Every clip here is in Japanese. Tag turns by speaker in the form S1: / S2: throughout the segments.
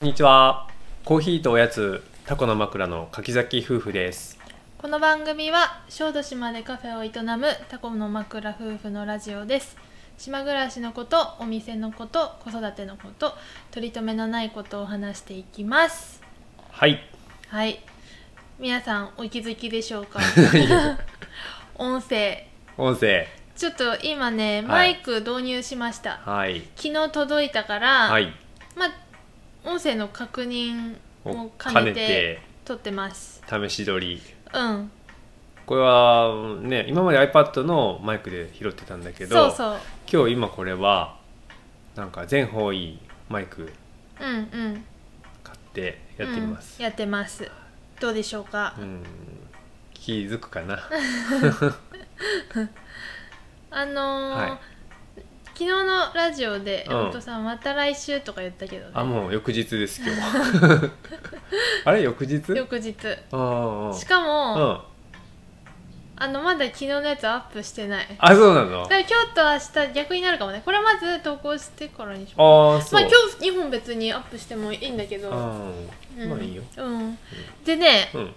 S1: こんにちは。コーヒーとおやつ、タコの枕の柿崎夫婦です。
S2: この番組は小豆島でカフェを営むタコの枕夫婦のラジオです島暮らしのことお店のこと子育てのこと取り留めのないことを話していきます
S1: はい。
S2: はい皆さんお気づきでしょ うか音声
S1: 音声。
S2: ちょっと今ね
S1: は
S2: マ
S1: い
S2: イク導入しました、
S1: はい。
S2: 昨日届いたから、
S1: はい。
S2: まあ音声の確認も
S1: を
S2: 兼ねて撮ってます
S1: 兼ねて試し撮り。
S2: うん
S1: これはね、今まで iPad のマイクで拾ってたんだけど、
S2: そうそう
S1: 今日今これは、なんか全方位マイク
S2: うんうん
S1: 買ってやってみます
S2: うん。やってますどうでしょうか、
S1: うん、気づくかな。
S2: あのー
S1: はい
S2: 昨日のラジオで
S1: うん
S2: 山本さん、また来週とか言ったけどね
S1: あ、もう翌日です今日。 あれ翌日？
S2: 翌日
S1: ああ。
S2: しか
S1: う
S2: も、
S1: ん。
S2: あのまだ昨日のやつアップしてないだか
S1: あ、そうなの。
S2: ら今日と明日逆になるかもねこれまず投稿してからにしよう
S1: ああ、そ
S2: ま
S1: う。
S2: あ今日2本別にアップしてもいいんだけど、
S1: う、
S2: うんん、
S1: まあいいよ。
S2: うん、でね
S1: うん、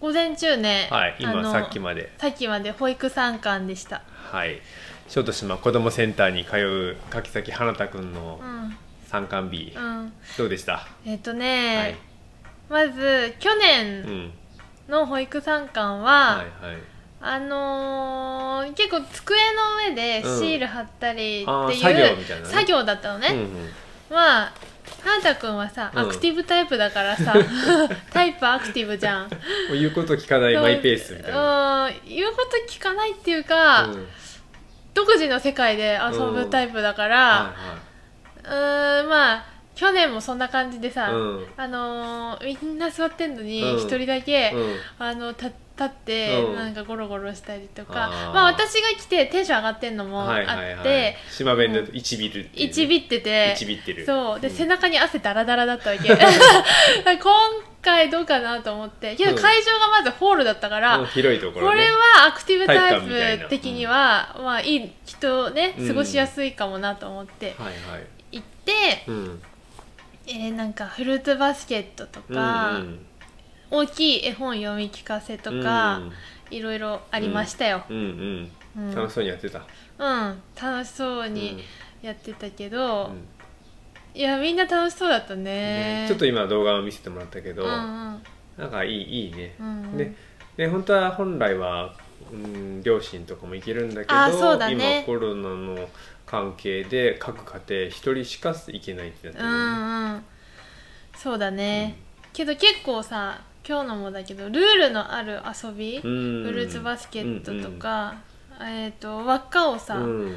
S2: 午前中ね、
S1: はい、今
S2: あの
S1: さっきまで、
S2: さっきまで保育参観でした、
S1: はい、小豆島子どもセンターに通う柿崎花太くんの
S2: うん
S1: 参観日、
S2: うん、
S1: どうでした？
S2: えっ、とね、
S1: はい、
S2: まず去
S1: う
S2: 年
S1: ん、
S2: の保育参観
S1: はい
S2: は、
S1: はい。
S2: あのー結構机の上でシール貼ったり
S1: あー
S2: っていう、
S1: 作業みたいなね。
S2: 作業だったの
S1: うん
S2: ね、
S1: うん、
S2: まあはなたくんはさ、
S1: うん
S2: アクティブタイプだから さタイプアクティブじゃん
S1: もう言うこと聞かないマイペースみたいな。
S2: うん言うこと聞かないっていうか、
S1: うん
S2: 独自の世界で遊ぶタイプだから
S1: は
S2: うーんまあ去年もそんな感じで
S1: い
S2: さ、
S1: はい。うん、
S2: あのーみんな座ってんのに
S1: うん
S2: 一人だけ、
S1: うん、
S2: あのた立って
S1: うん
S2: なんかゴロゴロしたりとか、
S1: あー
S2: まあ私が来てテンション上がってんのもあ
S1: は
S2: っ
S1: い
S2: て、
S1: はいはい。島弁だと一ビルっていうね、
S2: いちびってて
S1: 一ビってる。
S2: そうで背
S1: 中、
S2: 中に汗だらだらだった わけ今回どうかなと思ってけど
S1: うん
S2: 会場がまずホールだったから、
S1: うん広いとこ
S2: こ
S1: ろね。
S2: れはアクティブタ
S1: 体育館みたい
S2: イ
S1: な
S2: プ的には、まあいいきっとね
S1: うん
S2: 過ごしやすいかもなと思って
S1: はいはい。
S2: 行って、
S1: うん、
S2: えーなんかフルーツバスケットとか、
S1: うんうん、
S2: 大きい絵本読み聞かせとか、いろいろありましたよ。
S1: うん、うんう
S2: う
S1: んん、楽しそうにやってた。
S2: うん、楽しそう
S1: うん
S2: にやってたけど、
S1: うん
S2: いやみんな楽しそうだったね
S1: ねちょっと今動画を見せてもらったけど、
S2: うん
S1: なんかいいいいね
S2: う、んうん
S1: でで本当は本来は、うん、両親とかも行けるんだけ
S2: あ
S1: ど
S2: そうだね
S1: 今コロナの関係で各家庭一人しか行けないってなって
S2: う
S1: るよね
S2: んうんそうだね、けど結構さ今日のもだけどルールのある遊び、
S1: うん
S2: フルーツバスケットとか、えっ、と輪っかをさ、
S1: うん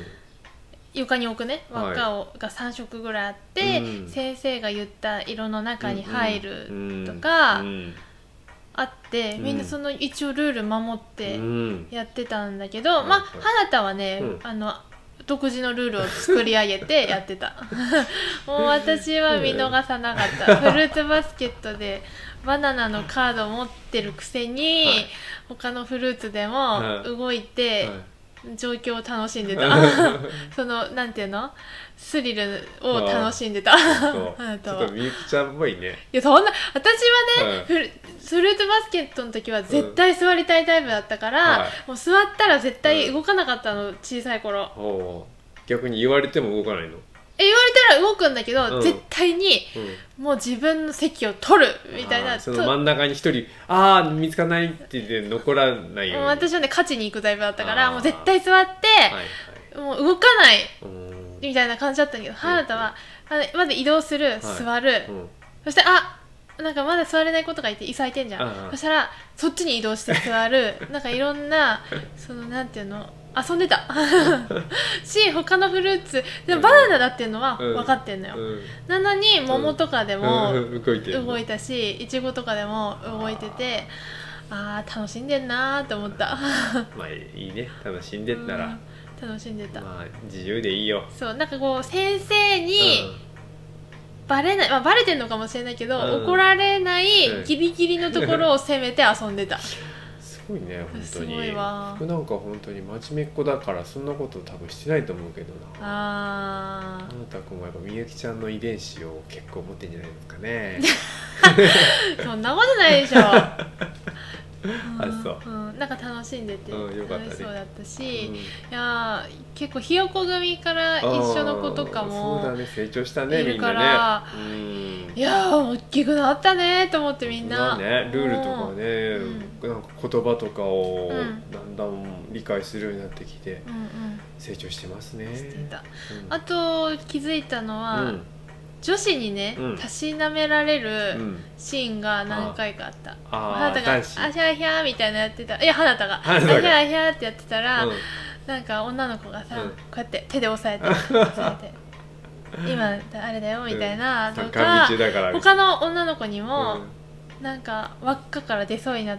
S2: 床に置くね
S1: はい
S2: 輪っかを、が3色ぐらいあって、
S1: うん
S2: 先生が言った色の中に入る
S1: うん
S2: とか、
S1: うん
S2: あってみんなその一応ルール守って、
S1: うん
S2: やってたんだけど、
S1: うん
S2: まあ
S1: はい
S2: 花田はね、
S1: うん
S2: あの独自のルールを作り上げ てやってた もう私は見逃さなか った、フルーツバスケットでバナナのカード持ってるくせに、
S1: はい
S2: 他のフルーツで
S1: は
S2: も
S1: い
S2: 動いて
S1: はい
S2: 状況を楽しんでた、 そのなんていうのスリルを楽しんで た
S1: そう
S2: 花
S1: ち
S2: 田
S1: ょ
S2: は
S1: っとみゆきちゃんっぽいね
S2: いやそんな私はね、
S1: うん
S2: フルフルーツバスケットの時は絶対座りたいタイプだったから、
S1: はい
S2: もう座ったら絶対動かなかったの、小さい頃
S1: おう逆に言われても動かないの、
S2: え言われたら動くんだけど、
S1: うん
S2: 絶対に
S1: う
S2: もう自分の席を取る
S1: ん、
S2: みたい
S1: あ
S2: な
S1: ーそ
S2: と
S1: の真ん中に一人ああ見つかないって言って残らないように
S2: もう私はね勝ちに行くタイプだったか
S1: あ
S2: ら
S1: ー
S2: もう絶対座って、
S1: はいはい
S2: もう動かないう
S1: ーん
S2: みたいな感じだったんだけど、花田はあのまず移動する、座る、
S1: うん
S2: そしてあなんかまだ座れないことがいていさいてんじゃん、
S1: うんうん
S2: そしたらそっちに移動して座る なんかいろんなそのなんていうの遊んでた し他のフルーツでもバナナだっていうのは
S1: うん
S2: 分かってんのよ、
S1: うん
S2: なのに桃とかでも
S1: うん動いてる
S2: 動いたしいちごとかでも動いててあー楽しんでんなーって思った
S1: まあいいね楽しんでったら、
S2: うん楽しんでた、
S1: まあ自由でいいよ
S2: そうなんかこう先生に、バレない、まあ、バレてんのかもしれないけど、
S1: うん
S2: 怒られな
S1: うん
S2: いギリギリのところを攻めて遊んでた、
S1: うん、そごいね本当
S2: す
S1: に
S2: ごいわ
S1: 僕なんか本当に真面目っ子だからそんなこと多分してないと思うけどなあ
S2: あ
S1: なた君はやっぱみゆきちゃんの遺伝子を結構持ってんじゃないですかね
S2: ーそんなことない でしょあ
S1: そ
S2: うん、なんか楽しんでて、
S1: うんよかったね
S2: 楽しそうだったし、
S1: うん
S2: いやー結構ひよこ組から一緒の子とか
S1: あーそう
S2: も、
S1: だね成長したね
S2: い
S1: み
S2: る
S1: ん
S2: か
S1: な
S2: ら
S1: ねうん
S2: いやー大きくなったねーと思ってみん
S1: ま
S2: な、
S1: あね、ルールとかね、なんか言葉とかを
S2: うん
S1: だんだん理解するようになってきて
S2: うんうん
S1: 成長してますね。
S2: してた
S1: うん
S2: あと気づいたのは、
S1: うん
S2: 女子にね、
S1: うん
S2: たしなめられ
S1: う
S2: る
S1: ん、
S2: シーンが何回かあった、
S1: あ
S2: 花
S1: あ
S2: 田が「あ
S1: 男
S2: ひ
S1: 子
S2: ゃーひゃー」みたいなやってたいや花田が「あ
S1: 花
S2: ひ
S1: 田
S2: ゃ
S1: が
S2: ーひゃー」ってやってたら、
S1: うん
S2: なんか女の子がさ、
S1: うん
S2: こうやって手で押さえて 押さえて今あれだよみたいなと
S1: 坂
S2: か、
S1: 道だから
S2: 他の女の子にも、
S1: うん
S2: なんか輪っかから出そうになっ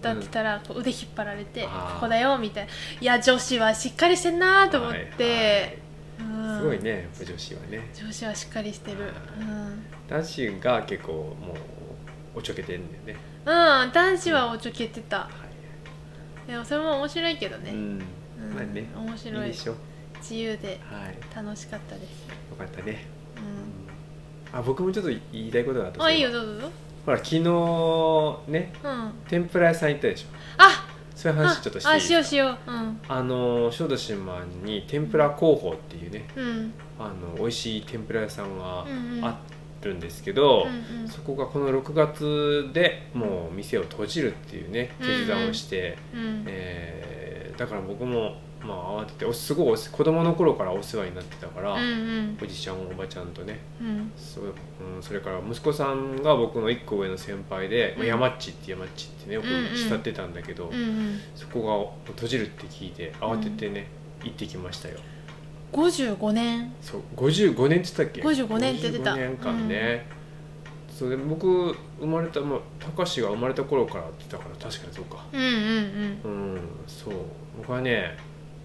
S2: たって言ったら、こう腕引っ張られて「こ
S1: あー
S2: こだよ」みたいな「いや女子はしっかりしてんな」と思って、
S1: はいはい
S2: うん
S1: すごいねやっぱ女子はね
S2: 女子はしっかりしてるうん、
S1: 男子が結構もうおちょけてるんだよね、
S2: うん、男子はおちょけてた
S1: は
S2: でもそれも面白いけど
S1: い、
S2: ね、
S1: うん
S2: うん
S1: まあね
S2: 面
S1: いい
S2: 白い
S1: でしょ
S2: 自由で
S1: はい
S2: 楽しかったです、
S1: よかったね、
S2: う、
S1: うんんあ僕もちょっと言いたいことがあった
S2: あいいよどうぞどうぞ
S1: ほら昨日ね
S2: うんあ
S1: 天ぷら屋さん行ったでしょそういう話ちょっとしてい
S2: あ
S1: い
S2: しようしよううん
S1: あの小豆島に天ぷら工房っていうね
S2: うん
S1: あの美味しい天ぷら屋さんが
S2: うんうん
S1: あるんですけど、
S2: うんうん
S1: そこがこの6月でもう店を閉じるっていうね決断をして、
S2: うん
S1: えーだから僕も、まあ、慌てておすごいお世子供の頃からお世話になってたから、
S2: うんうん
S1: おじちゃんおばちゃんとね
S2: うん
S1: そう、うん、それから息子さんが僕の1個上の先輩で、まあ
S2: うん
S1: 山っちって山っちってねよく
S2: うんうん
S1: 慕ってたんだけど、
S2: うんうん
S1: そこが閉じるって聞いて慌ててね、行ってきましたよ
S2: 55年
S1: そう55年って言ったっけ
S2: 55年って言ってた
S1: 55年間ね、それで僕生まれたもう高志が生まれた頃からって言ってたから確かにそうか
S2: うんうん
S1: うんそう僕はね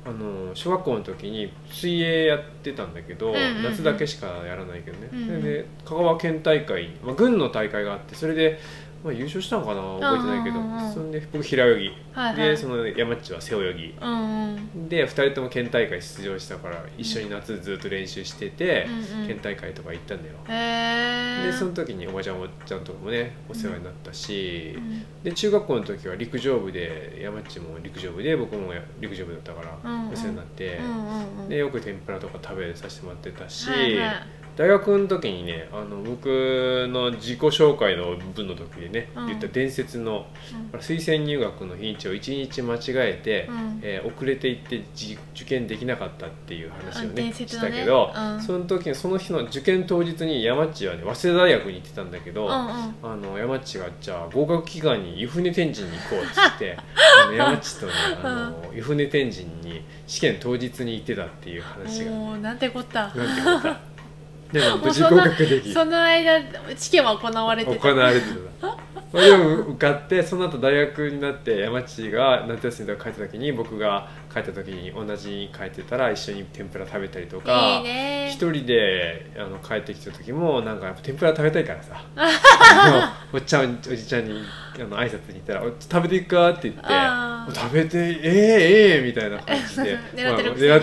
S1: あの小学校の時に水泳やってたんだけど、
S2: うんうんうん
S1: 夏だけしかやらないけどね、
S2: うんうん
S1: それで香川県大会、まあ、軍の大会があってそれで、まあ、優勝したのかな覚えてないけど、
S2: うんうんうん
S1: それで僕平泳ぎ、
S2: うんはいはい
S1: でその山っちは背泳ぎ
S2: うんうん
S1: で2人とも県大会出場したから一緒に夏ずっと練習してて、
S2: うんうん
S1: 県大会とか行ったんだよ、
S2: へ
S1: で
S2: え
S1: その時におばちゃんおばちゃんとかもねお世話になったし、
S2: うん
S1: で中学校の時は陸上部で山っちも陸上部で僕も陸上部だったから
S2: うんうん
S1: お世話になって、
S2: うんうんうん
S1: でよく天ぷらとか食べさせてもらってたし、
S2: はいはい
S1: 大学の時にねあの僕の自己紹介の分の時でね、
S2: うん
S1: 言った伝説の
S2: うん
S1: 推薦入学の日にちを1日間違えて、
S2: うん
S1: えー遅れていってじ受験できなかったっていう話を
S2: あ
S1: ね
S2: 伝
S1: し
S2: 説の
S1: た
S2: ね
S1: けど、
S2: うん
S1: その時その日の受験当日に山地はね早稲田大学に行ってたんだけど、
S2: うんうん
S1: あの山地がじゃあ合格祈願に湯船天神に行こうっつって あの山地とねあの湯船天神に試験当日に行ってたっていう話がね、
S2: もうなんてこった
S1: なんてこと だでも
S2: も
S1: 無
S2: う
S1: 事
S2: そ
S1: 合
S2: の
S1: 格でき
S2: その間試験は行われてた
S1: 行われてたそれを受かってその後大学になって山地が夏休みとか帰った時に僕が帰った時に同じに帰ってたら一緒に天ぷら食べたりとか
S2: いいね
S1: 一人であの帰ってきた時もなんかやっぱ天ぷら食べたいからさあのおっちゃんおじちゃんにあの挨拶に行ったらお「食べていくか?」って言って
S2: あ
S1: 「
S2: ー
S1: 食べてええええみたいな感じで
S2: 狙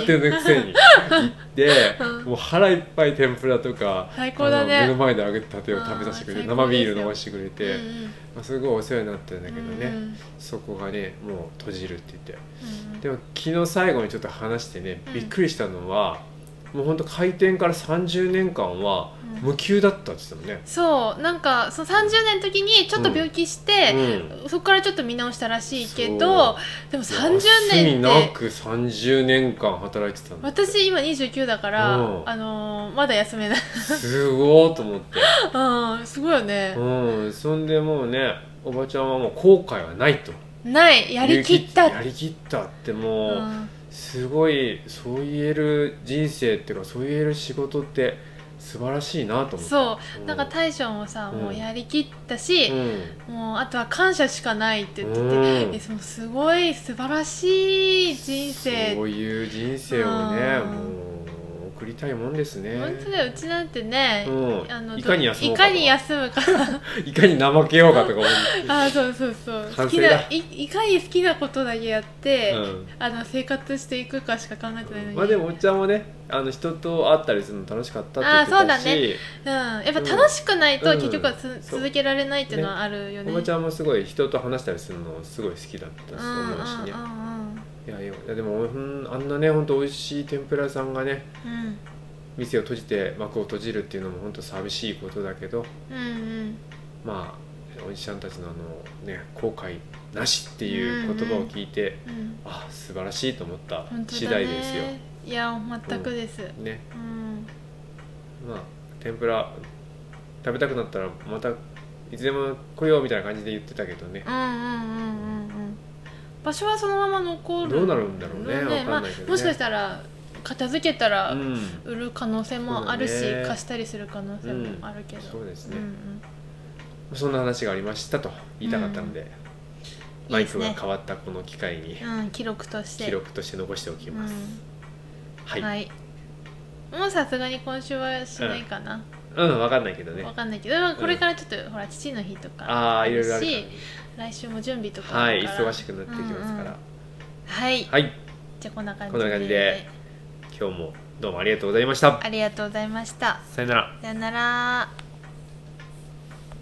S2: ってるくせに
S1: まあ 狙ってるくせに行 って、
S2: うん
S1: もう腹いっぱい天ぷらとか
S2: 最高だね
S1: あの目の前で揚げたてを食べさせてくれて
S2: あー最高
S1: 生
S2: です
S1: ビ
S2: よ
S1: ール飲ませてくれて、
S2: うんうん
S1: まあ、すごいお世話になったんだけどね、
S2: うんうん
S1: そこがねもう閉じるって言って。
S2: うんうん
S1: でも昨日最後にちょっと話してね
S2: うん
S1: びっくりしたのは、もうほんと開店から30年間は
S2: うん
S1: 無給だったって言ってたもんね、
S2: そうなんかその30年の時にちょっと病気して、
S1: うん
S2: そこからちょっと見直したらしいけ
S1: そ
S2: どでも30
S1: 休み
S2: 年
S1: な
S2: って
S1: く30年間働いてたの
S2: 私今29だから、
S1: うん
S2: あのーまだ休めない
S1: すごーと思って
S2: うんすごいよね、
S1: うんそんでもうねおばちゃんはもう後悔はないと
S2: ないやりきった
S1: やりきったってもう、
S2: うん
S1: すごいそう言える人生っていうかそう言える仕事って素晴らしいなと思って
S2: そううんなんか大将もさ、
S1: うん
S2: もうやりきったし、
S1: う
S2: もうあとは感謝しかないって言ってて、
S1: うん
S2: えそのすごい素晴らしい人生
S1: そういう人生をねも
S2: うん
S1: う送りりたいもんですね
S2: 本当だようちなんてね、
S1: うん
S2: あの
S1: いかに休もう
S2: い
S1: かとか
S2: かに休むか
S1: いかに怠けようかとか思
S2: あーそうそうそう好
S1: 反
S2: き
S1: 省
S2: な
S1: だ
S2: いいかに好きなことだけやって、
S1: うん
S2: あの生活していくかしか考えてないのに、
S1: うまあでもおっちゃんもねあの人と会ったりするの楽しかったって言って
S2: あーそうだ
S1: たし
S2: ねうん、やっぱ楽しくないと
S1: うん
S2: 結局はつ、
S1: うんそう
S2: 続けられないっていうのはあるよね
S1: おばちゃんもすごい人と話したりするのすごい好きだったと思うしねいやいやいやでもほんあんなね本当美味しい天ぷら屋さんがね
S2: うんうん
S1: 店を閉じて幕を閉じるっていうのも本当寂しいことだけど
S2: うんうん
S1: まあおじちゃんたちのあのね後悔なしっていう言葉を聞いて、
S2: うんうん
S1: あ素晴らしいと思った
S2: 本当
S1: 次
S2: だね
S1: 第ですよね
S2: いや全くです、うん
S1: まあ天ぷら食べたくなったらまたいつでも来ようみたいな感じで言ってたけどね
S2: うんうんうんうんうん場所はそのまま残る
S1: どうなるんだろうねわ
S2: ま
S1: か
S2: あ
S1: んないけどね
S2: もしかしたら片付けたら
S1: うん
S2: 売る可能性もあるし、
S1: そうだね
S2: 貸したりする可能性もあるけど、
S1: うんそうですね
S2: んうん
S1: そんな話がありましたと言いたかったので、
S2: うん
S1: マイク
S2: いい
S1: が
S2: ですね
S1: 変わったこの機会に
S2: うん、記録として
S1: 記録として残しておきます、は
S2: う
S1: い、
S2: んはい、もうさすがに今週はしないかな、
S1: うん分かんないけどね
S2: わかんないけど、まあこれからちょっと、ほら父の日とか
S1: ああいろいろあるから
S2: し来週も準備とか
S1: はい
S2: あるから
S1: 忙しくなってきますから、
S2: うんうんはい、
S1: はい
S2: じゃあこんな感じ
S1: こんな感じで今日もどうもありがとうございました
S2: ありがとうございました
S1: さよなら
S2: さよなら